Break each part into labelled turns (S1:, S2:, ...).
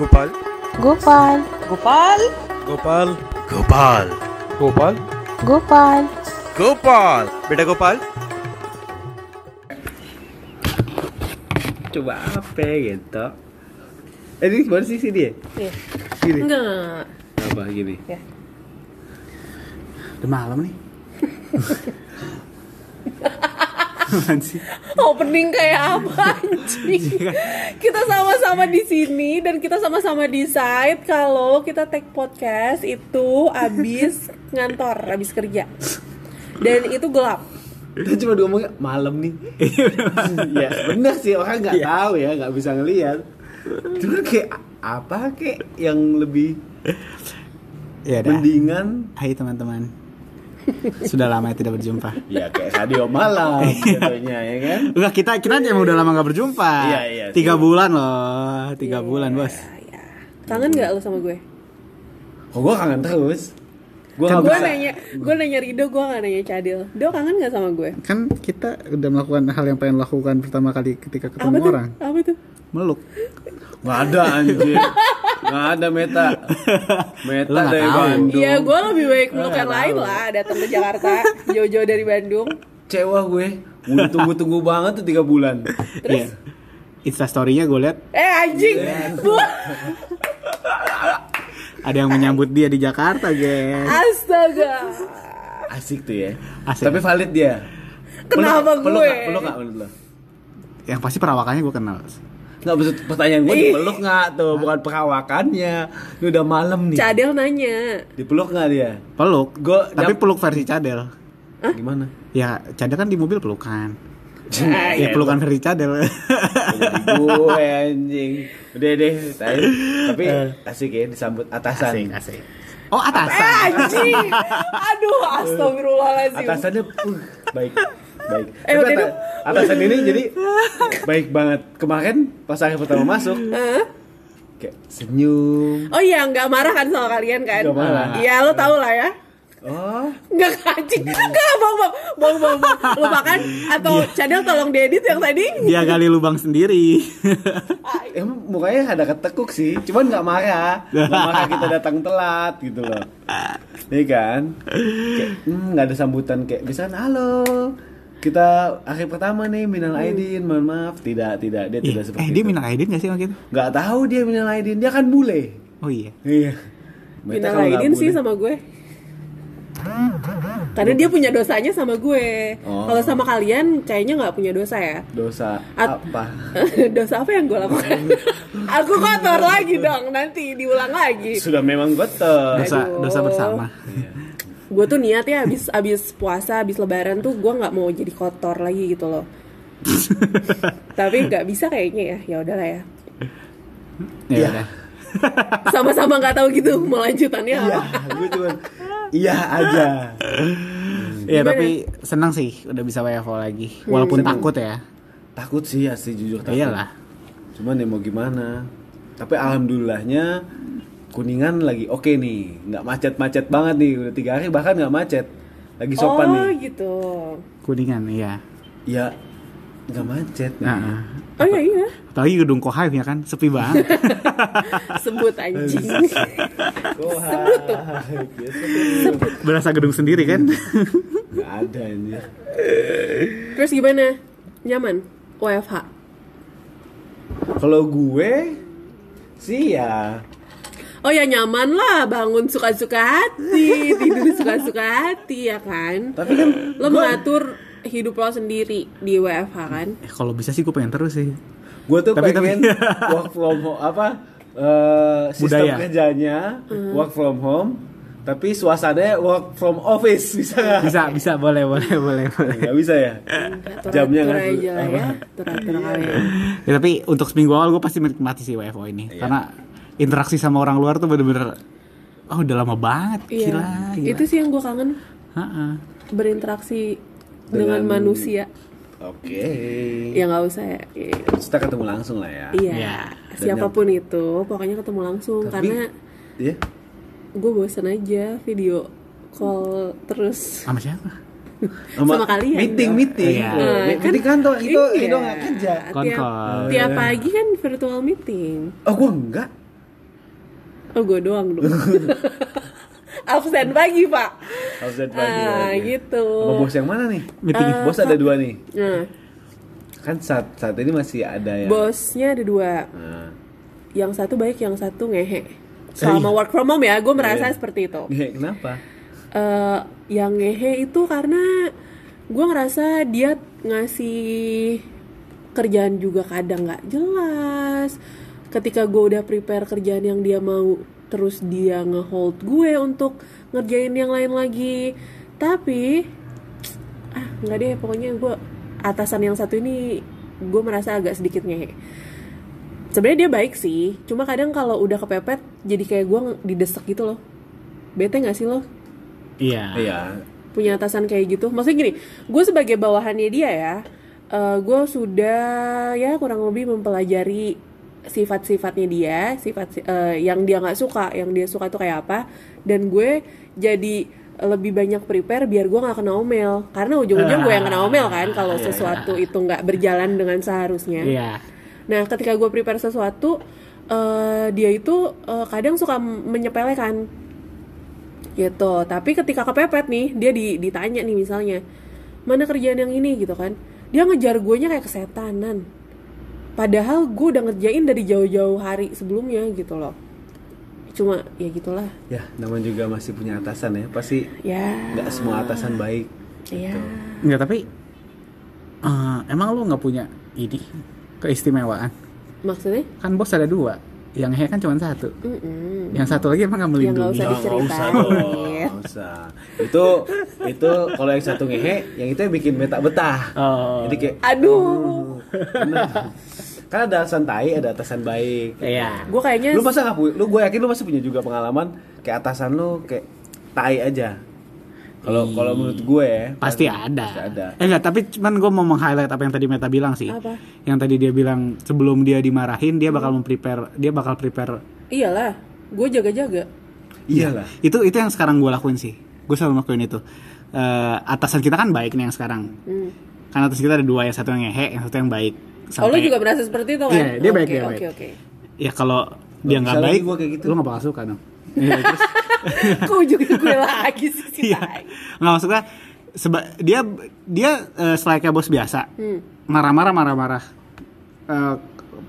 S1: गोपाल
S2: गोपाल
S3: गोपाल
S1: गोपाल
S4: गोपाल
S1: गोपाल
S2: गोपाल
S4: गोपाल
S1: बेटा Gopal
S4: coba apa gitu eh ini gimana sih sini ya
S3: Iya.
S4: Gini.
S3: enggak
S4: apa gini
S3: Iya.
S4: udah malam nih Apaan sih?
S3: opening kayak apa anjing
S4: Iya.
S3: kita sama-sama di sini dan kita sama-sama decide kalau kita take podcast itu abis ngantor abis kerja dan itu gelap
S4: Kita cuma ngomongnya malam nih. Iya, bener sih orang nggak tahu ya, nggak bisa ngelihat. Cuma kayak apa kayak yang lebih Iya
S5: Ya dah.
S4: mendingan?
S5: Hai teman-teman. Sudah lama tidak berjumpa.
S4: Ya kayak radio malam jatuhnya ya kan.
S5: Enggak kita kita emang udah lama gak berjumpa.
S4: Iya, iya, sih.
S5: Tiga bulan loh, tiga bulan bos.
S3: Ya, ya. kangen nggak lo sama gue
S4: Oh gue kangen terus. Gue
S5: Kan
S3: gue
S4: nggak bisa.
S3: nanya gue nanya Rido gue nggak nanya Cadil Do kangen nggak sama gue
S5: Kan kita udah melakukan hal yang pengen lakukan pertama kali ketika
S3: apa
S5: ketemu
S3: tuh
S5: orang.
S3: apa tuh
S5: Meluk.
S4: Nggak ada anjir. Nggak ada meta. Meta
S5: Lo nggak
S4: dari
S5: tahu.
S4: Bandung.
S3: Iya, gue lebih baik meluk yang
S4: nggak
S3: lain
S4: Ah, tahu.
S3: lah datang ke Jakarta jauh-jauh dari Bandung.
S4: Cewek gue. Udah tunggu-tunggu banget tuh tiga bulan.
S5: Iya. Insta story-nya gue lihat
S3: Eh anjing,
S4: Iya.
S3: Bu-
S5: ada yang menyambut dia di Jakarta, guys.
S3: astaga.
S4: Asik tuh ya.
S5: Asik.
S4: Tapi valid dia.
S3: Kenapa
S4: Peluk- peluk
S3: gue?
S4: nggak- Peluk nggak menurut lo?
S5: Yang pasti perawakannya gue kenal.
S4: Nggak maksud pertanyaan gue
S3: Ih.
S4: dipeluk nggak tuh bukan perawakannya. Ini udah malam nih.
S3: Cadel nanya.
S4: Dipeluk nggak dia?
S5: Peluk.
S4: Gua-
S5: Tapi
S4: dap-
S5: peluk versi cadel.
S4: Gimana?
S5: Ya, cadel kan di mobil pelukan.
S4: Iya.
S3: Ah,
S5: Ya, pelukan versi cadel.
S4: Jadi gue anjing. Udah deh. Tapi, tapi
S3: Eh.
S4: asik ya disambut atasan.
S5: asik, asik. Oh, atasan.
S3: Eh anjing, aduh astagfirullahaladzim.
S4: Atasannya uh, baik baik.
S3: Eh,
S4: Tapi
S3: udah
S4: ata-
S3: dong.
S4: atasan ini jadi baik banget. Kemarin pas hari pertama masuk
S3: Eh?
S4: kayak senyum.
S3: Oh iya, nggak marah kan sama kalian kan?
S4: Nggak marah.
S3: Iya, lo tau lah ya.
S4: Oh,
S3: Nggak anjing, nggak bang bang bang bang bang. Lupakan atau
S4: Iya.
S3: Cadel tolong diedit yang tadi.
S5: dia gali lubang sendiri
S4: emang mukanya ada ketekuk sih, cuman nggak marah, nggak marah kita datang telat gitu loh, iya kan? Kayak, hmm, nggak ada sambutan kayak misalkan halo, kita akhir pertama nih minal
S3: Hmm.
S4: aidin, mohon maaf, tidak tidak dia tidak
S5: Ih,
S4: seperti
S5: eh dia
S4: itu.
S5: minang aidin gak sih waktu itu
S4: nggak tahu dia minal aidin, dia kan bule,
S5: oh iya
S4: iya.
S3: Minal
S4: Meta kalau nggak
S3: Aidin sih
S4: bule.
S3: sama gue. Karena dia punya dosanya sama gue.
S4: Oh.
S3: Kalau sama kalian kayaknya nggak punya dosa ya.
S4: dosa
S3: At-
S4: apa?
S3: dosa apa yang gue lakukan? Aku kotor lagi dong, nanti diulang lagi.
S4: Sudah memang betul.
S5: dosa
S3: Aduh.
S5: dosa bersama
S3: Gue tuh niatnya abis abis puasa, abis lebaran tuh gue nggak mau jadi kotor lagi gitu loh. Tapi nggak bisa kayaknya ya, ya udahlah ya.
S5: ya udah
S3: Sama-sama nggak tahu gitu mau lanjutannya
S4: Iya,
S3: apa.
S4: gue cuman iya aja.
S5: ya tapi senang sih udah bisa WFO lagi walaupun takut ya
S4: Takut sih asli jujur takut.
S5: iyalah
S4: Cuman ya mau gimana. Tapi alhamdulillahnya Kuningan lagi oke nih, nggak macet-macet banget nih, udah tiga hari bahkan nggak macet, lagi sopan
S3: oh
S4: nih.
S3: gitu.
S5: kuningan iya
S4: Ya nggak macet. nih.
S5: Heeh.
S3: Oh iya iya.
S5: apalagi gedung Kohive ya kan sepi banget
S3: Sebut anjing.
S4: Wah,
S3: Sebut tuh.
S4: gitu.
S5: berasa gedung sendiri kan
S4: Nggak ada ini.
S3: Terus gimana? Nyaman? WFH?
S4: Kalau gue sih ya
S3: Oh ya nyaman lah, bangun suka-suka hati, tidur suka-suka hati ya kan?
S4: tapi kan
S3: Lo mengatur hidup lo sendiri di WFH kan?
S5: eh, kalau bisa sih gue pengen terus sih
S4: gue tuh
S5: Tapi-
S4: pengen
S5: tapi-
S4: work from home apa eh, sistem
S5: Budaya.
S4: kerjanya
S3: Hmm.
S4: work from home tapi suasananya work from office bisa nggak
S5: bisa bisa boleh boleh boleh boleh
S4: nggak bisa ya
S3: Atur-atur
S4: jamnya kan? nggak sih?
S3: aja lah ya, atur-atur kali ya.
S5: ya, tapi untuk seminggu awal gue pasti menikmati sih WFO ini karena interaksi sama orang luar tuh bener-bener oh udah lama banget
S3: Iya.
S5: gila, gila.
S3: Itu sih yang gue kangen
S5: Heeh.
S3: berinteraksi dengan,
S4: Dengan-
S3: manusia.
S4: oke
S3: Ya nggak usah ya. Iya.
S4: kita ketemu langsung lah ya
S5: Iya.
S3: Siapapun itu, pokoknya ketemu langsung
S4: Tapi-
S3: karena
S4: Iya.
S3: gue bosen aja video call terus.
S5: sama siapa
S3: Sama kalian
S4: meeting
S3: dong.
S4: meeting
S5: Iya.
S4: loh.
S3: Nah, kan-
S4: meeting kantor Oh, itu
S3: Iya.
S4: itu nggak kerja
S3: Tiap,
S5: Konkol.
S3: tiap pagi kan virtual meeting.
S4: oh gue enggak
S3: Oh gue doang dong. Absen pagi pak.
S4: Absen pagi,
S3: Ah
S4: oke.
S3: gitu. Ah,
S4: Iya. Sama bos yang mana nih?
S5: Meeting.
S4: bos ada dua nih.
S3: Nah,
S4: Kan saat saat ini masih ada ya.
S3: bosnya ada dua.
S4: Nah.
S3: Yang satu baik, yang satu ngehe. Selama work from home ya, gue merasa
S4: Iya.
S3: seperti itu.
S4: Ngehe, kenapa?
S3: Eh, yang ngehe itu karena gue ngerasa dia ngasih kerjaan juga kadang nggak jelas ketika gue udah prepare kerjaan yang dia mau terus dia ngehold gue untuk ngerjain yang lain lagi tapi ah nggak deh pokoknya gue atasan yang satu ini gue merasa agak sedikit ngehe sebenarnya dia baik sih cuma kadang kalau udah kepepet jadi kayak gue didesek gitu loh bete nggak sih lo
S5: Iya.
S4: Iya.
S3: punya atasan kayak gitu maksudnya gini gue sebagai bawahannya dia ya eh, gue sudah ya kurang lebih mempelajari sifat-sifatnya dia sifat eh, yang dia nggak suka yang dia suka itu kayak apa dan gue jadi lebih banyak prepare biar gue nggak kena omel karena ujung-ujung gue yang kena omel kan kalau
S5: Iya,
S3: sesuatu itu nggak berjalan dengan seharusnya
S5: Iya.
S3: Nah, ketika gue prepare sesuatu, eh, dia itu eh, kadang suka m- menyepelekan gitu. Tapi ketika kepepet nih, dia di- ditanya nih misalnya, mana kerjaan yang ini gitu kan? Dia ngejar gue nya kayak kesetanan. Padahal gue udah ngerjain dari jauh-jauh hari sebelumnya gitu loh. Cuma ya gitulah.
S4: Ya, namanya juga masih punya atasan ya. Pasti
S3: Ya.
S4: nggak semua atasan baik.
S3: Ya.
S5: gitu. Enggak tapi eh, emang lu nggak punya ini keistimewaan?
S3: Maksudnya?
S5: Kan bos ada dua, yang he kan cuma satu.
S3: Mm-mm.
S5: Yang satu lagi emang nggak
S3: Ya, nggak
S5: melindungi.
S3: usah
S4: Oh, nggak usah
S3: diceritain.
S4: dong, nggak usah. Itu itu kalau yang satu ngehe, yang itu yang bikin meta betah.
S5: Oh.
S4: Jadi kayak
S3: Aduh.
S4: bener. kan ada atasan tai, ada atasan baik.
S5: Iya.
S3: Gue kayaknya
S4: Lu masa nggak punya? Lu gue yakin lu pasti punya juga pengalaman kayak atasan lu kayak tai aja. Kalau
S5: Ih.
S4: kalau menurut gue ya
S5: Pasti ada.
S4: Pasti ada.
S5: Eh enggak, tapi cuman gue mau meng-highlight apa yang tadi Meta bilang sih.
S3: Apa? Hmm.
S5: Yang tadi dia bilang sebelum dia dimarahin dia bakal memprepare, dia bakal prepare. Iya.
S3: iyalah. Gue jaga-jaga.
S4: Iyalah.
S5: Itu itu yang sekarang gue lakuin sih. Gue selalu lakuin itu. Eh, atasan kita kan baik nih yang sekarang.
S3: Hmm.
S5: Karena atas kita ada dua, yang satu yang ngehe, yang satu yang baik.
S3: Oh lu
S5: Sampai-
S3: juga merasa seperti itu kan?
S5: Iya, dia baik,
S3: Oke,
S5: dia baik.
S3: Oke oke.
S5: Ya kalau dia
S4: bisa
S5: nggak
S4: lagi
S5: baik,
S4: gua kayak gitu.
S5: lu nggak bakal suka dong. Iya, terus-
S3: Kok ujungnya gue lagi sih si
S5: Iya.
S3: Tai?
S5: Nggak maksudnya seba- dia dia eh, selayaknya bos biasa.
S3: Hmm.
S5: Marah-marah marah-marah. Eh,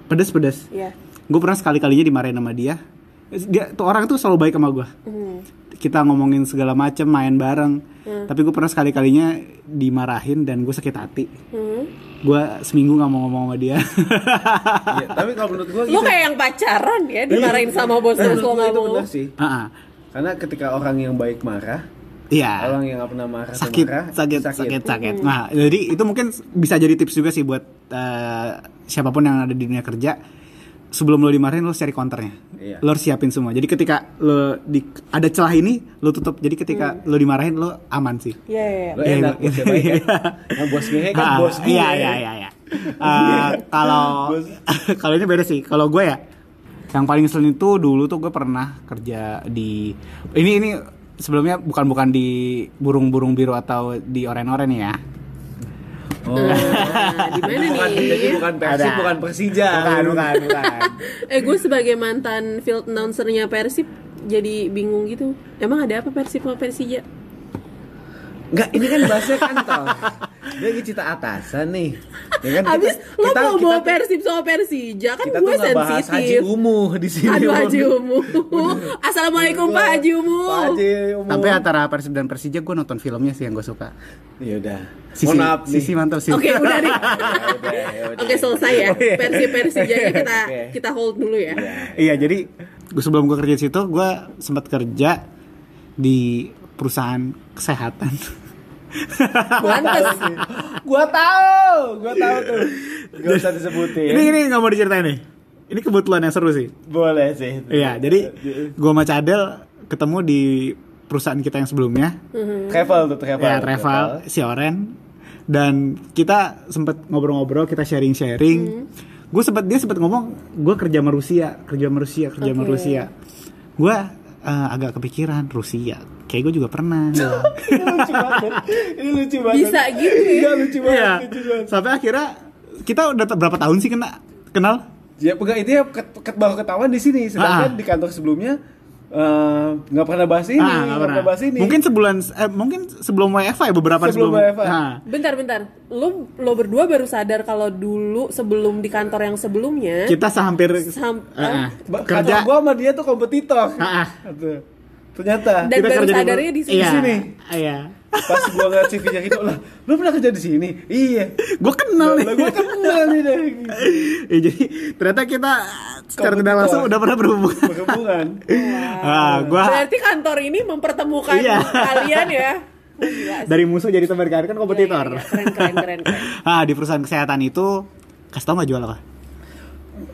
S5: pedes-pedes.
S3: Iya.
S5: Gue pernah sekali-kalinya dimarahin sama dia. Dia tuh orang tuh selalu baik sama gue.
S3: Hmm.
S5: Kita ngomongin segala macem, main bareng. Tapi gue pernah sekali-kalinya dimarahin dan gue sakit hati.
S3: Hmm.
S5: Gue seminggu nggak mau ngomong sama dia.
S4: Iya, tapi kalau menurut gue
S3: Lu kayak yang pacaran ya dimarahin sama bos terus lo
S4: Menurut gua
S3: nggak
S4: itu
S3: mau.
S4: benar sih.
S5: Ah, ah.
S4: Karena ketika orang yang baik marah,
S5: Iya.
S4: orang yang nggak pernah marah tuh
S5: sakit,
S4: marah,
S5: sakit, sakit, sakit.
S4: Hmm.
S5: Nah, jadi itu mungkin bisa jadi tips juga sih buat eh, siapapun yang ada di dunia kerja. Sebelum lo dimarahin lo harus cari counternya.
S4: Iya.
S5: Lo harus siapin semua. Jadi ketika lo di, ada celah ini lo tutup. Jadi ketika
S4: Hmm.
S5: lo dimarahin lo aman sih.
S3: Iya iya. iya.
S4: Lo enak
S5: Iya,
S4: bosnya baik
S5: iya.
S4: kan. Nah, bos ngehe kan
S5: Ah,
S4: bos gue.
S5: Iya, iya, iya, iya. Eh, kalau
S4: Bos.
S5: kalau ini beda sih. Kalau gue ya yang paling ngeselin itu dulu tuh gue pernah kerja di ini ini sebelumnya bukan bukan di burung-burung biru atau di oren-oren ya.
S3: Nah, di mana
S4: Bukan, Oh. jadi
S3: nih?
S4: bukan Persib,
S5: Ada.
S4: bukan Persija.
S5: bukan, bukan.
S3: Eh gue sebagai mantan field announcernya Persib jadi bingung gitu. Emang ada apa Persib sama Persija?
S4: Enggak, ini kan bahasnya kantor. Dia lagi cita atasan nih. Ya kan kita-
S3: Abis lo
S4: kita-
S3: mau
S4: kita-
S3: bawa Persib sama Persija kan
S4: Kita tuh
S3: gue
S4: nggak bahas Haji
S3: sensitif.
S4: Umuh di sini.
S3: Aduh Haji
S4: Bang.
S3: Umu. Assalamualaikum Pak Haji Umu.
S4: Pak Haji Umuh.
S5: Tapi antara Persib dan Persija gue nonton filmnya sih yang gue suka.
S4: Ya udah.
S5: Sisi,
S4: Mohon maaf nih.
S5: sisi mantap sih.
S3: Oke udah nih.
S4: Ya, ya udah.
S3: Oke selesai ya. Persib Persijanya kita
S4: Oke.
S3: kita hold dulu ya.
S5: Iya jadi gue sebelum gue kerja di situ gue sempat kerja di perusahaan kesehatan.
S3: Lantas
S4: Gua tahu, gua tahu tuh. Gak usah disebutin.
S5: Ini ini nggak mau diceritain nih. Ini kebetulan yang seru sih.
S4: Boleh sih.
S5: Iya jadi gue sama Cadel ketemu di perusahaan kita yang sebelumnya
S3: Hmm.
S4: travel tuh travel.
S5: ya travel si Oren dan kita sempet ngobrol-ngobrol kita
S4: Hmm.
S5: sharing-sharing gue sempet dia sempet ngomong gue kerja sama Rusia kerja sama Rusia kerja sama
S3: Oke.
S5: Rusia gue eh, agak kepikiran Rusia kayak gue juga pernah
S4: Ini lucu banget. Ini lucu banget.
S3: Bisa gitu ya?
S4: Iya, lucu banget.
S5: Iya.
S4: Lucu banget.
S5: sampai akhirnya kita udah t- berapa tahun sih kena kenal
S4: Ya enggak itu ya ket, ket- baru ketahuan di sini. Sedangkan
S5: Ah.
S4: di kantor sebelumnya eh, nggak pernah bahas ini,
S5: Ah, nggak
S4: nggak
S5: pernah.
S4: pernah bahas ini.
S5: Mungkin sebulan eh, mungkin sebelum WFA ya beberapa
S4: Sebelum WFA.
S5: Ah.
S3: Bentar, bentar. Lo, lo berdua baru sadar kalau dulu sebelum di kantor yang sebelumnya.
S5: kita sehampir
S3: Sam-
S4: eh,
S5: Ah, ah.
S4: Ba-
S5: kerja
S4: kantor gua sama dia tuh kompetitor.
S5: Ah, ah.
S4: Tuh. Ternyata
S3: Dan baru
S5: kerja
S3: sadarnya di sini.
S5: Iya.
S4: Sini.
S5: Iya.
S4: pas gua ngeliat CV-nya gitu lah, lu pernah kerja di sini? Iya.
S5: Gue kenal nih.
S4: Lah gua kenal nih deh.
S5: ya, jadi ternyata kita secara tidak
S4: Kompetitor.
S5: langsung udah pernah berhubungan.
S4: Berhubungan.
S5: Ah, gua
S3: Berarti kantor ini mempertemukan
S5: Iya.
S3: kalian ya. Oh, gila sih.
S5: dari musuh jadi teman kan kan kompetitor.
S3: Iya, iya, iya. Keren, keren, keren, keren.
S5: ah, di perusahaan kesehatan itu kasih tau nggak jual apa?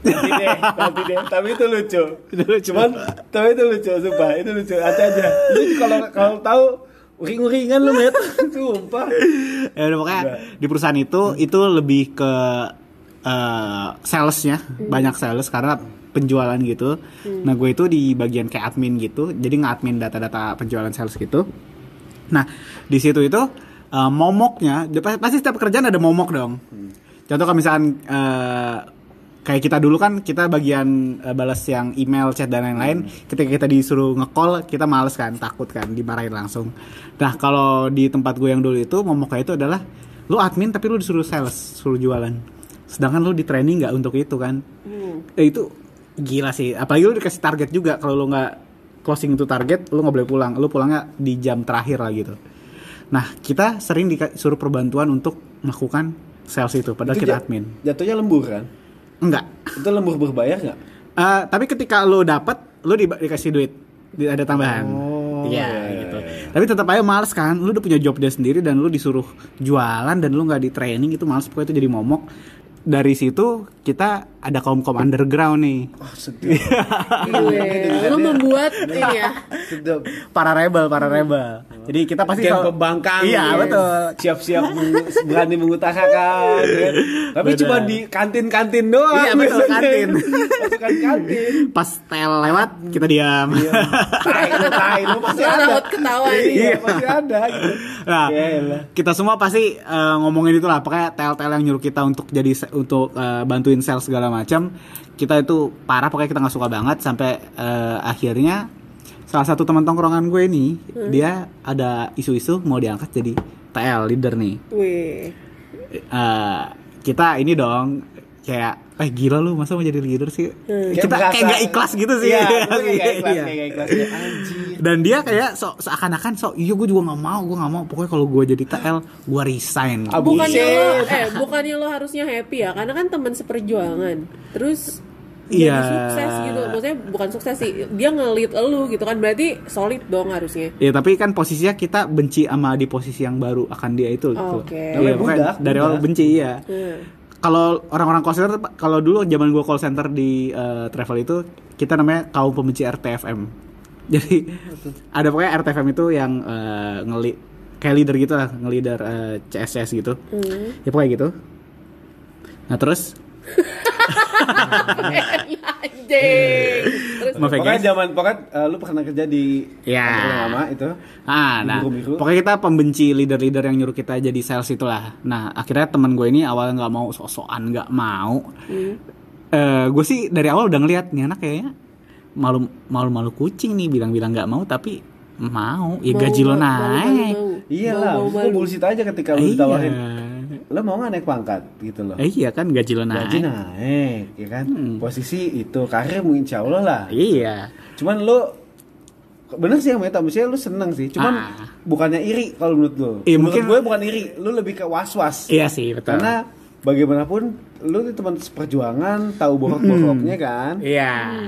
S4: Nanti deh, nanti deh. Tapi itu lucu. Cuman, tapi itu lucu, sumpah. Itu lucu. Aja aja. Lu kalau kalau tahu uring-uringan lu met, sumpah.
S5: ya udah pokoknya di perusahaan itu itu lebih ke eh, salesnya banyak sales karena penjualan gitu nah gue itu di bagian kayak admin gitu jadi ngadmin data-data penjualan sales gitu nah di situ itu eh, momoknya dia pas- pasti setiap kerjaan ada momok dong contoh kalau misalkan eh, kayak kita dulu kan kita bagian eh, balas yang email chat dan lain-lain ketika kita disuruh nge-call kita males kan takut kan dimarahin langsung nah kalau di tempat gue yang dulu itu momoknya itu adalah lu admin tapi lu disuruh sales suruh jualan sedangkan lu di training nggak untuk itu kan Eh, itu gila sih apalagi lu dikasih target juga kalau lu nggak closing itu target lu nggak boleh pulang lu pulangnya di jam terakhir lah gitu nah kita sering disuruh perbantuan untuk melakukan sales itu padahal
S4: Itu
S5: kita
S4: ja-
S5: admin
S4: Jatuhnya lembur kan?
S5: enggak
S4: Itu lembur berbayar nggak?
S5: Eh, tapi ketika lo dapet, lo di- dikasih duit, Di- ada tambahan.
S4: Oh,
S5: Iya,
S4: iya, iya,
S5: gitu.
S4: iya.
S5: Tapi tetap aja males kan, lo udah punya job dia sendiri dan lo disuruh jualan dan lo nggak di training itu males pokoknya itu jadi momok. Dari situ kita ada kaum kaum underground nih,
S4: Oh, sedap.
S5: Nah, gitu
S3: Gue lo membuat ini ya.
S4: sedap.
S5: para rebel, para rebel. Jadi kita pasti
S4: Geng
S5: selalu-
S4: pembangkang.
S5: Iya
S4: ya.
S5: betul.
S4: Siap-siap meng- berani mengutarakan. ya. Tapi
S5: Benar.
S4: cuma di kantin-kantin doang.
S5: Iya, betul,
S4: biasanya.
S5: kantin.
S4: Masukan kantin.
S5: Pas tel lewat kita diam.
S4: Tai lu, tai lu pasti
S3: Lo
S4: ada.
S3: takut ketawa nih.
S4: Iya, pasti ada gitu.
S5: Nah,
S4: Ya elah.
S5: kita semua pasti eh, ngomongin itu lah. Pokoknya tel-tel yang nyuruh kita untuk jadi se- untuk eh, bantuin sales segala macam, kita itu parah. Pokoknya kita nggak suka banget sampai eh, akhirnya salah satu teman tongkrongan gue ini
S4: Hmm.
S5: dia ada isu-isu mau diangkat jadi TL leader nih.
S3: Wih.
S5: Eh, kita ini dong kayak eh gila lu masa mau jadi leader sih? Kita kayak
S4: Hmm. berasa-
S5: gak ikhlas gitu sih.
S4: Iya, betul, kayak nggak ikhlas,
S5: Iya
S4: kayak nggak ikhlas. Ya, Anjir.
S5: dan dia kayak sok seakan-akan sok iya gue juga nggak mau gue nggak mau pokoknya kalau gue jadi TL gue resign
S4: Ah, bu-
S3: Bukannya
S4: Buset.
S3: lo, eh, bukannya lo harusnya happy ya, karena kan teman seperjuangan. Terus
S5: Iya.
S3: jadi sukses gitu, maksudnya bukan sukses sih, dia ngelit lo gitu kan, berarti solid dong harusnya.
S5: ya tapi kan posisinya kita benci sama di posisi yang baru akan dia itu gitu.
S3: Oke.
S5: Iya,
S4: Namanya
S5: bukan
S4: budak,
S5: dari awal
S4: budak.
S5: benci iya
S3: Hmm.
S5: kalau orang-orang call center kalau dulu zaman gue call center di eh, travel itu kita namanya kaum pembenci RTFM jadi ada pokoknya RTFM itu yang eh, ngeli kayak leader gitu lah ngelider CS CS gitu
S3: Hmm.
S5: ya pokoknya gitu nah terus Iya.
S3: Anjing. Terus
S5: Maaf ya,
S4: Pokoknya
S5: guys.
S4: zaman pokoknya eh, lu pernah kerja di
S5: Iya.
S4: kantor yang lama itu.
S5: Ah, nah,
S4: Biru-biru.
S5: pokoknya kita pembenci leader-leader yang nyuruh kita jadi sales itulah. Nah, akhirnya teman gue ini awalnya nggak mau sosokan, nggak mau.
S3: Hmm.
S5: Eh, gue sih dari awal udah ngeliat nih anak kayaknya malu malu malu kucing nih bilang-bilang nggak mau tapi mau ya
S3: Mau,
S5: gaji lo
S3: mau, mau,
S5: naik
S3: mau, mau.
S4: Iya lah,
S3: Mau, mau,
S4: lu
S3: mau.
S4: bullshit aja ketika
S5: Eh,
S4: lu ditawarin.
S5: iya.
S4: Lu mau nggak naik pangkat gitu loh.
S5: Eh, iya kan gaji lo naik Hmm.
S4: Gaji naik, ya kan? Posisi itu karir mungkin insya Allah lah.
S5: iya
S4: Cuman lu bener sih yang Meta, maksudnya lu seneng sih. Cuman
S5: Ah.
S4: bukannya iri kalau menurut lu.
S5: Iya,
S4: menurut
S5: mungkin-
S4: gue bukan iri, lu lebih ke was-was.
S5: iya sih betul
S4: Karena bagaimanapun lu tuh teman seperjuangan, tahu borok-boroknya kan?
S5: iya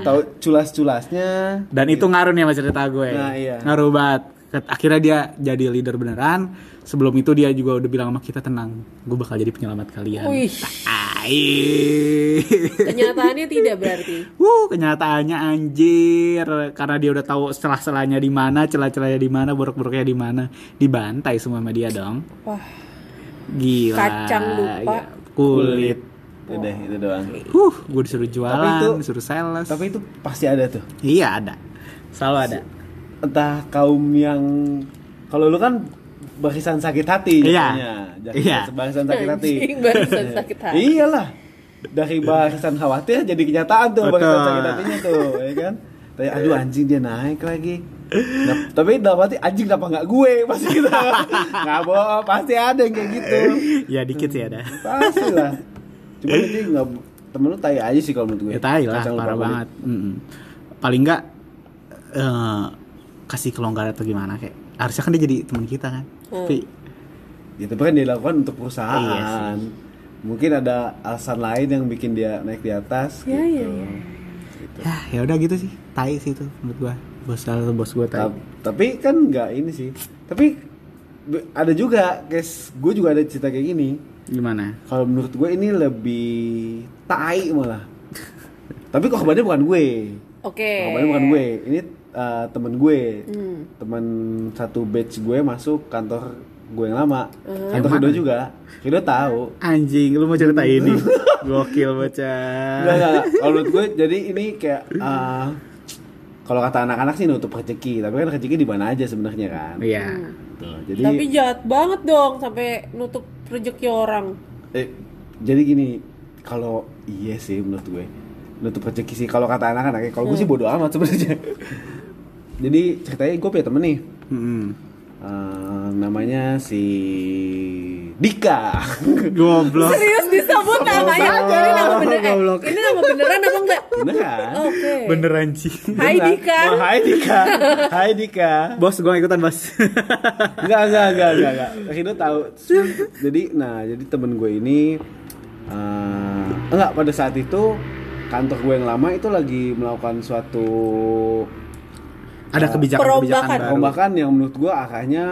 S3: Hmm.
S4: Tahu culas-culasnya.
S5: Dan itu ngaruh nih sama cerita gue.
S4: Nah, iya.
S5: Ngaruh banget. Ket- Akhirnya dia jadi leader beneran. Sebelum itu dia juga udah bilang sama kita tenang, gue bakal jadi penyelamat kalian.
S3: Wih,
S5: Ai.
S3: kenyataannya tidak berarti.
S5: Wuh, kenyataannya anjir. Karena dia udah tahu celah-celahnya di mana, celah-celahnya di mana, borok-boroknya di mana, dibantai semua sama dia dong.
S3: Wah,
S5: Gila.
S3: Kacang lupa.
S5: Ya, kulit.
S4: Udah, itu doang.
S5: Huh, gue disuruh jualan,
S4: itu-
S5: disuruh sales.
S4: Tapi itu pasti ada tuh.
S5: iya ada. Selalu ada.
S4: Entah kaum yang kalau lu kan barisan sakit hati
S5: Iya.
S4: jatuhnya. Jatuhnya
S5: Iya.
S4: Barisan sakit hati. Iya.
S3: Anjing, barisan sakit hati.
S4: Iyalah. dari bahasan khawatir jadi kenyataan tuh
S5: Betul. Iya.
S4: bahasan sakit hatinya tuh ya kan Tanya, aduh anjing dia naik lagi Nah, tapi dalam hati anjing kenapa nggak gue pasti kita nggak bohong pasti ada yang kayak gitu
S5: ya dikit sih ada
S4: pasti lah cuma itu nggak temen lu tai aja sih kalau menurut gue
S5: ya tai lah
S4: Kacang lu
S5: parah
S4: favorit.
S5: banget Mm-mm. paling nggak eh, kasih kelonggaran atau gimana kayak harusnya kan dia jadi teman kita kan tapi
S4: Ya, tapi kan dilakukan untuk
S5: Iya
S4: perusahaan. Mungkin ada alasan lain yang bikin dia naik di atas
S3: Ya,
S4: gitu.
S3: ya, ya.
S5: ya ya udah gitu sih tai sih itu menurut gua bos salah bos gua tai
S4: Ta- tapi kan nggak ini sih. Tapi be- ada juga guys, gue juga ada cerita kayak gini.
S5: gimana
S4: Kalau menurut gue ini lebih tai malah. tapi korbannya bukan gue.
S3: Oke.
S4: Korbannya Nah, bukan gue. Ini eh, temen gue.
S3: Eh. Hmm.
S4: Temen satu batch gue masuk kantor gue yang lama. Kantor
S5: Yang
S4: Rido
S5: mana?
S4: juga. Rido tahu.
S5: anjing lu mau cerita ini gokil bocah
S4: Enggak, enggak. Kalau menurut gue jadi ini kayak eh, kalau kata anak-anak sih nutup rezeki, tapi kan rezeki di mana aja sebenarnya kan.
S5: iya
S4: Tuh, Jadi
S3: Tapi jahat banget dong sampai nutup rezeki orang.
S4: eh, jadi gini, kalau iya sih menurut gue nutup rezeki sih kalau kata anak-anak. ya. Kalau gue sih
S3: Hmm.
S4: bodo amat sebenarnya. jadi ceritanya gue punya temen nih.
S5: Mm-mm.
S4: eh, namanya si Dika.
S5: goblok
S3: Serius disebut namanya? Ini nama beneran?
S5: Goblok.
S3: Eh, ini nama beneran apa enggak?
S4: Beneran?
S3: Oke.
S5: beneran sih
S3: Oh, Hai
S4: Beneran.
S3: Dika.
S4: Wah, hai Dika. Hai Dika.
S5: bos gua ikutan bos
S4: Enggak, enggak, enggak, enggak, enggak. Akhirnya tahu. Jadi, nah, jadi temen gue ini eh, enggak pada saat itu kantor gue yang lama itu lagi melakukan suatu
S5: ada kebijakan kebijakan
S3: Perombakan.
S5: baru
S4: perombakan yang menurut gue arahnya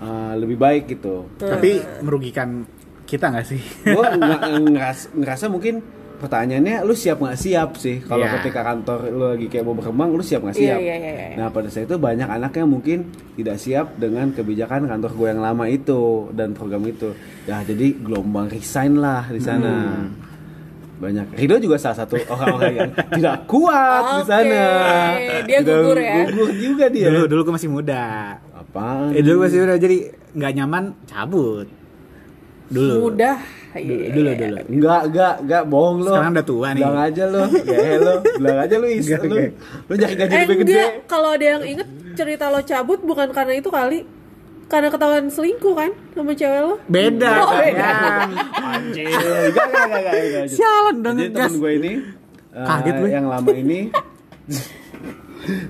S4: eh, lebih baik gitu.
S5: tapi merugikan kita nggak sih
S4: Gue ngerasa, ngerasa mungkin pertanyaannya lu siap nggak siap sih kalau
S5: Iya.
S4: ketika kantor lu lagi kayak mau berkembang lu siap nggak
S3: Iya,
S4: siap?
S3: iya, iya, iya.
S4: Nah pada saat itu banyak anak yang mungkin tidak siap dengan kebijakan kantor gue yang lama itu dan program itu. Ya jadi gelombang resign lah di sana.
S3: Hmm.
S4: Banyak. Rido juga salah satu orang-orang yang tidak kuat di
S3: Oke,
S4: sana.
S3: dia
S4: Tidak
S3: gugur ya.
S4: Gugur juga dia.
S5: dulu dulu gua masih muda
S4: Apaan?
S5: Eh, dulu masih muda jadi nggak nyaman cabut dulu
S3: Mudah.
S5: dulu
S3: Iya.
S5: dulu, dulu.
S4: Enggak, enggak, enggak bohong lo.
S5: Sekarang udah tua nih.
S4: Bilang aja lo. Gaya lo. Bilang aja lo is.
S5: Enggak,
S4: Lu,
S5: enggak.
S4: lu nyari gaji
S3: Eh,
S4: lebih gede.
S3: enggak, kalau ada yang inget cerita lo cabut bukan karena itu kali. Karena ketahuan selingkuh kan sama cewek lo.
S5: beda
S3: Oh, beda.
S5: sayang.
S4: Anjir. Iya, Enggak, enggak, enggak, enggak, enggak.
S5: Sialan dong,
S4: Jadi
S5: ngegas.
S4: temen gue ini eh,
S5: Kaget gue.
S4: yang lama ini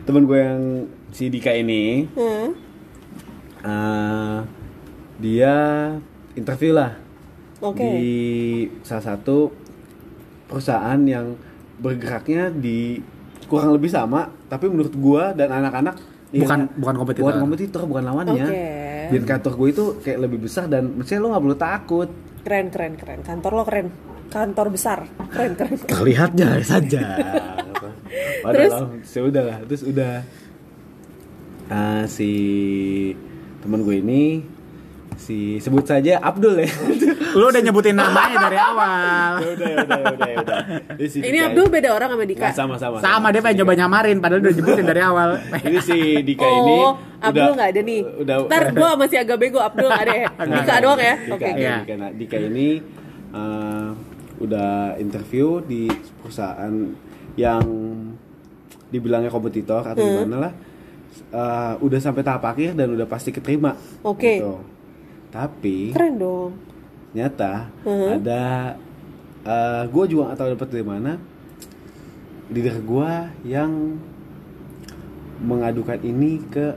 S4: temen gue yang si Dika ini
S3: Hmm.
S4: eh, dia interview lah
S3: Oke.
S4: di salah satu perusahaan yang bergeraknya di kurang lebih sama tapi menurut gua dan anak-anak
S5: bukan
S4: yang-
S5: bukan kompetitor
S4: bukan kompetitor bukan lawannya
S3: Oke.
S4: dan kantor gue itu kayak lebih besar dan mestinya lo nggak perlu takut
S3: Keren, keren, keren. Kantor lo keren. Kantor besar. Keren, keren.
S5: terlihatnya saja
S4: Padahal terus udah lah, terus udah Ah, si teman gue ini si sebut saja Abdul ya.
S5: lu udah nyebutin namanya dari awal
S4: Ya udah ya udah ya udah. ya udah. Ini, si
S3: Ini
S4: Dika
S3: Abdul beda orang sama Dika.
S4: Nggak, sama sama.
S5: sama dia pengen coba nyamarin padahal udah nyebutin dari awal
S4: Ini si Dika
S3: oh,
S4: ini
S3: Abdul nggak ada nih.
S4: Udah
S3: Ntar gua masih agak bego Abdul nggak ada ya.
S4: Nah,
S3: Dika
S4: nah,
S3: doang ya.
S4: Dika,
S3: Oke.
S5: Iya.
S4: Dika, Nah, Dika ini eh, udah interview di perusahaan yang dibilangnya kompetitor atau
S3: Hmm.
S4: gimana lah. Eh, udah sampai tahap akhir dan udah pasti keterima.
S3: Oke.
S4: Gitu. Tapi
S3: Keren dong.
S4: nyata
S3: Hmm.
S4: ada gue juga gak tahu dapat dari mana leader gue yang mengadukan ini ke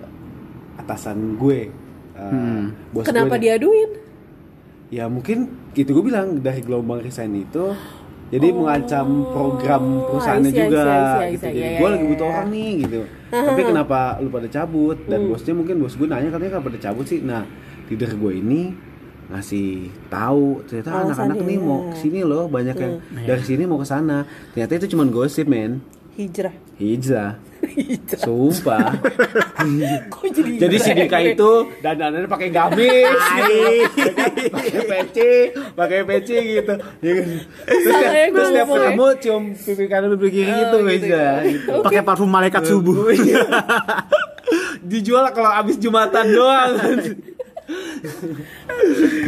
S4: atasan gue Eh, bos gue
S3: Kenapa
S4: nih.
S3: diaduin?
S4: ya mungkin itu gue bilang dari gelombang resign itu jadi mengancam program
S3: Oh.
S4: perusahaannya
S3: I see, I see,
S4: juga
S3: I see, I
S4: gitu.
S3: see.
S4: Jadi
S3: Ya, ya,
S4: gue lagi
S3: ya, ya.
S4: butuh
S3: Hmm.
S4: orang nih gitu. Tapi kenapa lu pada cabut dan bosnya mungkin bos gue nanya katanya kenapa pada cabut sih. Nah, leader gue ini ngasih tahu ternyata
S3: Alasannya,
S4: anak-anak nih mau
S3: ya.
S4: kesini loh banyak yang
S3: Hmm.
S4: dari sini mau ke sana. Ternyata itu cuma gosip, men.
S3: Hijrah.
S4: Hijrah.
S3: Hijrah.
S4: Sumpah.
S3: Kok jadi
S4: Jadi
S3: hijrah?
S4: si
S3: ya?
S4: Dika itu dandanannya pakai gamis, ya kan? pakai peci, pakai peci gitu. Ya kan? Terus
S3: Salah ya
S4: setiap,
S3: gua
S4: terus setiap
S3: ngomongnya.
S4: ketemu cium pipi kanan pipi kiri gitu, Meza. gitu.
S5: pakai parfum malaikat subuh
S4: Dijual kalau abis jumatan doang.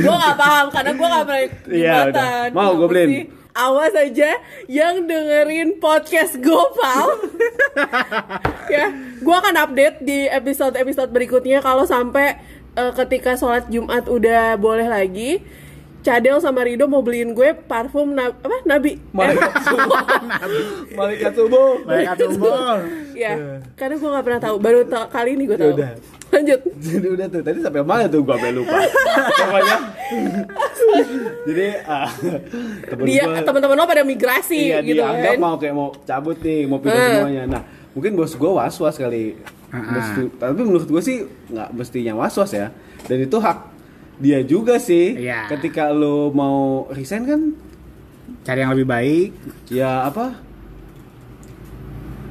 S3: Gua nggak paham karena gua nggak pernah
S4: Iya, udah.
S3: jembatan.
S4: Mau
S3: Kenapa
S4: gua beliin?
S3: sih? awas aja yang dengerin podcast Gopal. ya, gua akan update di episode-episode berikutnya kalau sampai eh, ketika sholat Jumat udah boleh lagi. Cadel sama Rido mau beliin gue parfum na- apa Nabi.
S4: Malaikat subuh. Malaikat subuh.
S5: Mereka tumbuh.
S4: Iya.
S3: ya, karena gue nggak pernah tahu. Baru ta- kali ini gue tahu.
S4: Yaudah.
S3: Lanjut.
S4: Jadi udah tuh, tadi sampai mana tuh gua sampai lupa. Pokoknya. Jadi ah, temen
S3: Dia
S4: gua-
S3: teman-teman lo pada migrasi
S4: iya,
S3: gitu
S4: dianggap
S3: kan.
S4: mau kayak mau cabut nih, mau pindah
S3: Eh.
S4: semuanya. Nah, mungkin bos gue was-was kali. Bos- tapi menurut gue sih nggak mestinya was-was ya. Dan itu hak dia juga sih.
S5: Iya.
S4: Ketika lo mau resign kan,
S5: Cari yang lebih baik.
S4: ya apa?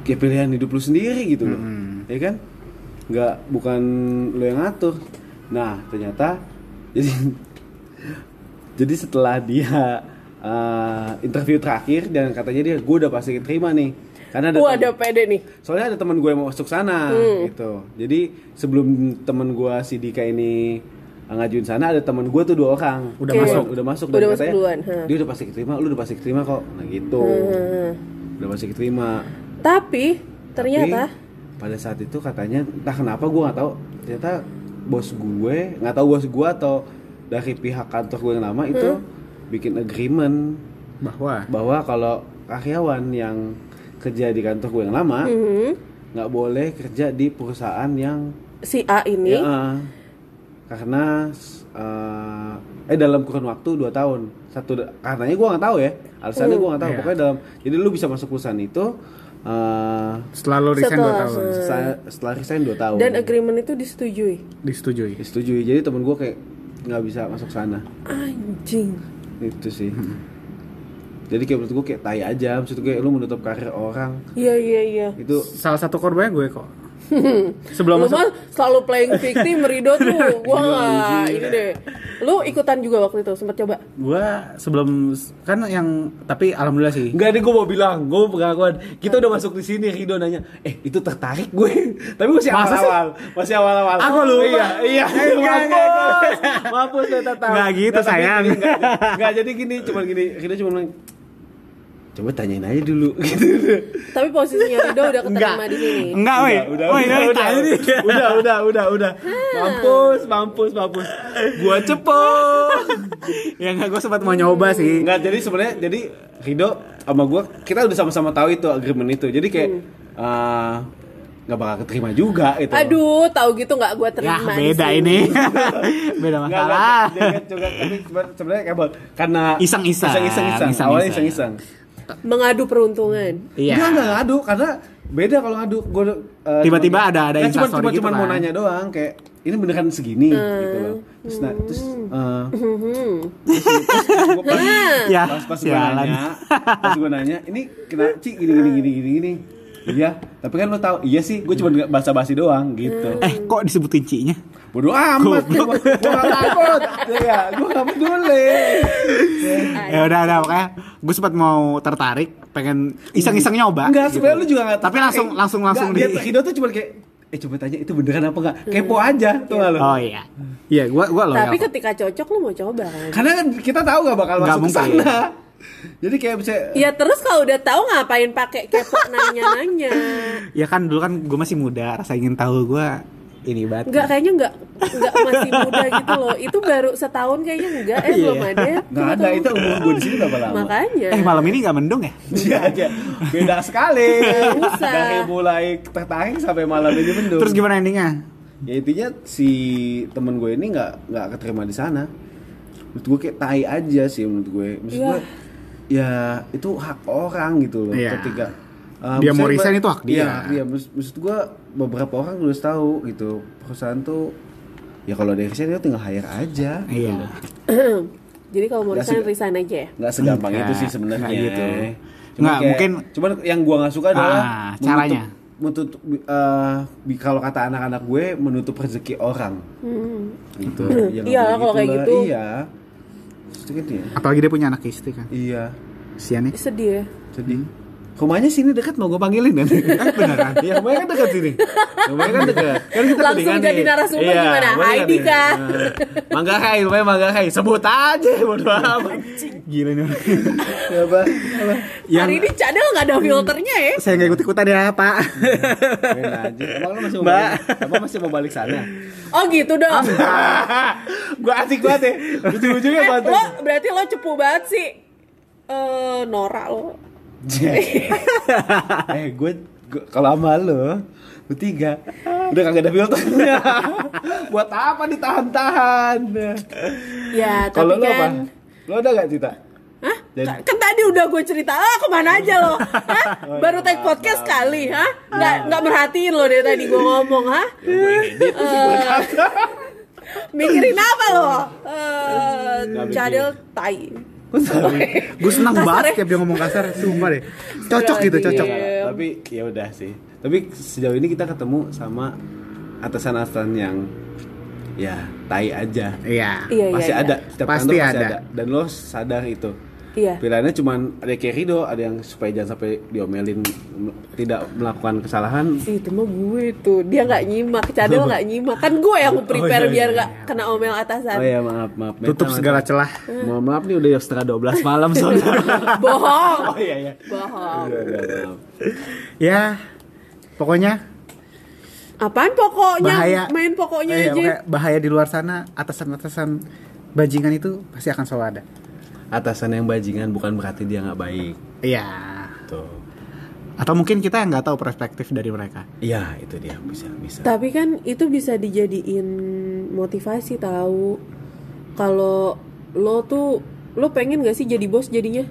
S4: Ya pilihan hidup lu sendiri gitu loh. Ya kan? Nggak bukan lo yang ngatur. Nah, ternyata jadi jadi setelah dia eh, interview terakhir dan katanya dia gue udah pasti terima nih. Karena ada
S3: Wah,
S4: tem-
S3: ada pede nih.
S4: soalnya ada teman gue yang mau masuk sana
S3: Hmm.
S4: gitu jadi sebelum teman gue si Dika ini eh, ngajuin sana ada teman gue tuh dua orang
S5: Udah
S3: Oke.
S5: masuk.
S4: udah masuk
S3: Udah masuk duluan, ha.
S4: dia udah pasti keterima lu udah pasti keterima kok nah gitu
S3: Hmm.
S4: udah pasti keterima
S3: Tapi ternyata
S4: Tapi, pada saat itu katanya entah kenapa gue nggak tahu ternyata bos gue nggak tahu bos gue atau dari pihak kantor gue yang lama itu
S3: Hmm.
S4: bikin agreement
S5: Bahwa
S4: bahwa kalau karyawan yang kerja di kantor gue yang lama
S3: mhm,
S4: nggak boleh kerja di perusahaan yang
S3: si A ini
S4: Ya, eh, karena s- eh eh, dalam kurun waktu 2 tahun satu da- karenanya gue nggak tahu ya alasannya gue nggak tahu
S5: Iya.
S3: Mm-hmm.
S4: pokoknya dalam jadi lu bisa masuk perusahaan itu eh
S5: setelah lo resign
S3: Setelah,
S5: 2 tahun
S4: sesa- setelah resign 2 tahun
S3: Mm. dan agreement itu disetujui.
S5: disetujui.
S4: disetujui jadi temen gue kayak nggak bisa masuk sana
S3: Anjing.
S4: itu sih
S3: Mm-hmm.
S4: jadi kayak menurut gue kayak tai aja maksud gue lu menutup karir orang
S3: Iya iya iya.
S4: itu
S5: Salah satu korbannya gue kok. Sebelum
S3: Lu
S5: masuk Iya,
S3: mah selalu playing victim Rido tuh. Gua nggak ini deh. Lu ikutan juga waktu itu sempat coba.
S5: gue sebelum kan yang tapi alhamdulillah sih
S4: Enggak nih gue mau bilang, gue mau pengakuan. Kita udah masuk di sini Rido nanya, "Eh, itu tertarik gue." Tapi masih
S5: Masa
S4: awal-awal. Masih awal-awal.
S5: Aku lupa.
S4: Iya, iya.
S5: Eh, enggak, enggak,
S4: Mampus. Mampus lo tahu.
S5: Enggak gitu, sayang.
S4: Enggak jadi gini, cuman gini. Rido cuma bilang, "Coba tanyain aja dulu." Gitu.
S3: Tapi posisinya Rido udah keterima di sini.
S5: enggak woi
S4: udah,
S5: woi
S4: udah,
S5: dari
S4: udah,
S5: tadi nih.
S4: udah, udah, udah, udah, udah. Mampus, mampus, mampus. Gua cepet.
S5: ya enggak gue sempat mau nyoba sih
S4: Enggak, jadi sebenarnya jadi Rido sama gua kita udah sama-sama tahu itu agreement itu. Jadi kayak eh, nggak bakal keterima juga itu.
S3: Aduh, tahu gitu nggak gua
S5: ya
S3: terima. di
S5: beda
S3: sini.
S5: ini beda
S4: Nggak,
S5: masalah
S4: nggak, dia kan juga tapi sebenarnya- sebenarnya kayak bahwa- karena
S5: Iseng-iseng.
S4: iseng-iseng, iseng. awalnya
S5: Iseng-iseng.
S4: iseng-iseng.
S3: Mengadu peruntungan.
S5: iya
S4: Enggak, enggak ngadu karena beda kalau ngadu. Gua eh,
S5: Tiba-tiba
S4: cuman-
S5: ada- ada
S4: Nggak, cuman,
S5: instastory
S4: cuman,
S5: gitu
S4: cuman mau
S5: kan.
S4: nanya doang kayak ini beneran segini gitu loh. Terus nah, terus eh,
S3: Mhm.
S4: gua pas-
S5: ya
S4: pas pas gue
S5: sialan.
S4: nanya pas gue nanya ini kena ci gini gini gini gini gini iya tapi kan lo tahu iya sih gue cuma basa basi doang gitu
S5: eh kok disebutin cinya
S4: bodoh amat gue gak takut ya gue gak peduli
S5: ya udah udah pokoknya gue sempat mau tertarik pengen iseng-iseng nyoba
S4: enggak
S5: gitu.
S4: sebenarnya lu juga gak
S5: tapi langsung langsung langsung
S4: dia
S5: di Hmm.
S4: Hido tuh cuma kayak eh coba tanya itu beneran apa enggak kepo aja tuh gak lo
S5: oh iya iya gue gue loh
S3: Tapi ketika cocok lu mau coba kan?
S4: karena kan kita tahu gak bakal
S5: iya. Nggak
S4: masuk ke
S5: mungkin. Iya,
S4: sana jadi kayak bisa
S3: Ya terus kalau udah tahu ngapain pakai kepo nanya-nanya?
S5: ya kan dulu kan gue masih muda rasa ingin tahu gue ini banget
S3: Enggak kayaknya enggak enggak masih muda gitu loh. Itu baru setahun kayaknya enggak eh
S5: Iya.
S3: belum ada.
S4: nggak ada itu umur gue di sini berapa lama
S3: Makanya.
S5: eh malam ini nggak mendung ya
S4: Iya, iya. beda sekali.
S3: usah.
S4: Dari mulai tertarik sampai malam ini mendung.
S5: terus gimana endingnya
S4: Ya intinya si temen gue ini nggak nggak keterima di sana. Menurut gue kayak tai aja sih menurut gue. Maksud gue ya itu hak orang gitu loh
S5: Iya.
S4: ketika
S5: Dia mau
S4: maksudnya-
S5: resign itu hak dia.
S4: Iya, hak dia. Maksud, maksud gue beberapa orang udah tahu gitu. Perusahaan tuh ya kalau dari resign itu tinggal hire aja gitu
S5: Iya.
S4: loh.
S3: Jadi kalau mau
S4: Nggak
S3: resign
S4: sih.
S3: resign aja ya.
S4: nggak segampang
S5: Nggak,
S4: itu sih sebenarnya
S5: nggak gitu.
S4: Cuman
S5: Nggak,
S4: kayak-
S5: mungkin-
S4: cuman yang gua nggak suka adalah
S5: Ah, caranya.
S4: menutup, menutup eh, bi- kalau kata anak-anak gue menutup rezeki orang gitu Ya, nggak
S3: Hmm. Iya,
S4: boleh
S3: kalau kayak
S4: lah.
S3: gitu.
S4: iya Sedikit ya
S5: apalagi dia punya anak istri kan
S4: iya
S5: Sian ya
S3: Sedih ya.
S4: sedih rumahnya sini dekat mau gue panggilin nanti beneran iya rumahnya kan dekat sini rumahnya kan dekat kan kita
S3: Langsung
S4: kedingan
S3: jadi
S4: nih.
S3: narasumber
S4: Iya,
S3: gimana?
S4: rumahnya
S3: Hai,
S4: kan nih.
S3: Dika.
S4: Nah, manggarai rumahnya manggarai sebut aja bodo amat
S5: Gila nih. orang.
S4: ya apa apa.
S5: Yang
S3: Hari ini cadel nggak ada filternya ya?
S5: saya nggak ikut ikutan ya Pak.
S4: Keren aja emang lu masih mau
S5: Mbak.
S4: balik emang masih mau balik sana
S3: Oh gitu
S4: Ah,
S3: dong.
S4: gue asik banget ya ujung-ujungnya
S3: Eh,
S4: bantu
S3: lo berarti lo cepu banget sih. Eh, Nora lo.
S4: eh gue gue- kalau sama lo bertiga udah kagak ada filternya buat apa ditahan-tahan
S3: Ya, tapi
S4: kalau lo apa
S3: kan
S4: lo ada gak cerita
S3: Hah?
S4: Jadi-
S3: Kan tadi udah gue cerita, ah kemana aja lo? Hah?
S4: Oh,
S3: Baru
S4: iya,
S3: take
S4: maaf,
S3: podcast
S4: maaf.
S3: kali, hah? Nggak, nggak merhatiin lo dari tadi gue ngomong, hah?
S4: Ya,
S3: Eh, Mikirin apa lo? Eh,
S4: mikir.
S3: cadel tai.
S5: Gue senang
S3: Kasar
S5: banget
S3: ya.
S5: tiap dia ngomong kasar, sumpah deh. Cocok gitu, cocok.
S3: Iya.
S4: Nggak, tapi ya udah sih tapi sejauh ini kita ketemu sama atasan-atasan yang ya tai aja
S5: Iya.
S3: Iya, iya,
S4: pasti
S3: iya.
S4: ada setiap
S5: Pasti
S4: kantor
S5: ada.
S4: dan lo sadar itu
S3: Iya.
S4: pilihannya cuman ada kayak Rido ada yang supaya jangan sampai diomelin m- tidak melakukan kesalahan
S3: Sih, itu mah gue tuh. Dia nggak nyimak, cadel nggak nyimak. Kan gue yang prepare
S4: iya,
S3: biar
S4: iya,
S3: nggak kena omel atasan.
S4: oh ya maaf maaf
S5: Tutup
S4: Maaf,
S5: segala
S4: maaf.
S5: celah.
S4: mohon maaf nih udah setengah 12 malam soalnya
S3: Bohong.
S4: oh iya iya
S3: Bohong.
S4: Udah, udah, maaf.
S5: Ya. Pokoknya
S3: Apaan pokoknya?
S5: bahaya.
S3: Main pokoknya
S4: Oh,
S5: Iya,
S3: aja.
S5: pokoknya bahaya di luar sana, atasan-atasan bajingan itu pasti akan selalu ada.
S4: atasan yang bajingan bukan berarti dia nggak baik
S5: Iya.
S4: tuh
S5: Atau mungkin kita nggak tahu perspektif dari mereka.
S4: iya itu dia bisa bisa
S3: Tapi kan itu bisa dijadiin motivasi tahu. Kalau lo tuh lo pengen gak sih jadi bos jadinya?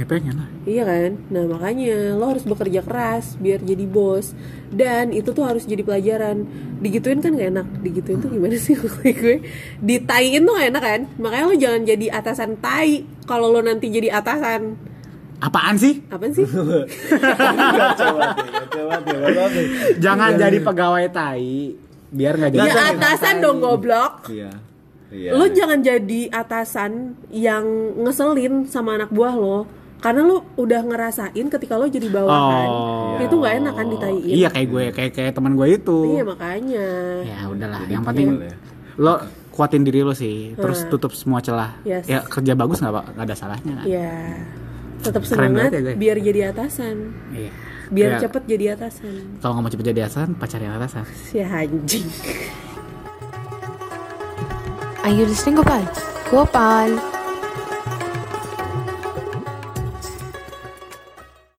S5: Ya pengen lah.
S3: Iya kan? Nah, makanya lo harus bekerja keras biar jadi bos. Dan itu tuh harus jadi pelajaran. Digituin kan gak enak. Digituin tuh gimana sih gue gue? Ditaiin tuh gak enak kan? Makanya lo jangan jadi atasan tai kalau lo nanti jadi atasan.
S5: Apaan sih?
S3: Apaan sih?
S4: Kacau banget, kacau banget, ya, mohon maaf nih.
S5: Jangan
S4: Iya,
S5: jadi pegawai tai biar nggak jadi.
S3: ya atasan dong goblok.
S4: iya iya
S3: lo jangan jadi atasan yang ngeselin sama anak buah lo karena lo udah ngerasain ketika lo jadi bawahan itu nggak enak kan ditaiin
S5: Oh. Iya kayak gue, kayak kayak teman gue itu.
S3: Iya, makanya
S5: Ya
S3: Hmm.
S5: udahlah, yang
S4: Jadi
S5: penting
S4: boleh.
S5: lo kuatin diri lo sih, terus tutup semua celah.
S3: Hmm. Yes.
S5: Ya kerja bagus nggak pak? Nggak ada salahnya. kan?
S3: ya tetap
S5: Keren
S3: semangat
S5: banget ya, gue.
S3: biar jadi atasan
S5: Iya.
S3: biar
S5: Ya,
S3: cepet jadi atasan
S5: Kalau nggak mau cepet jadi atasan, pacarin atasan.
S3: si anjing
S2: Are you listening, Gopal? Gopal.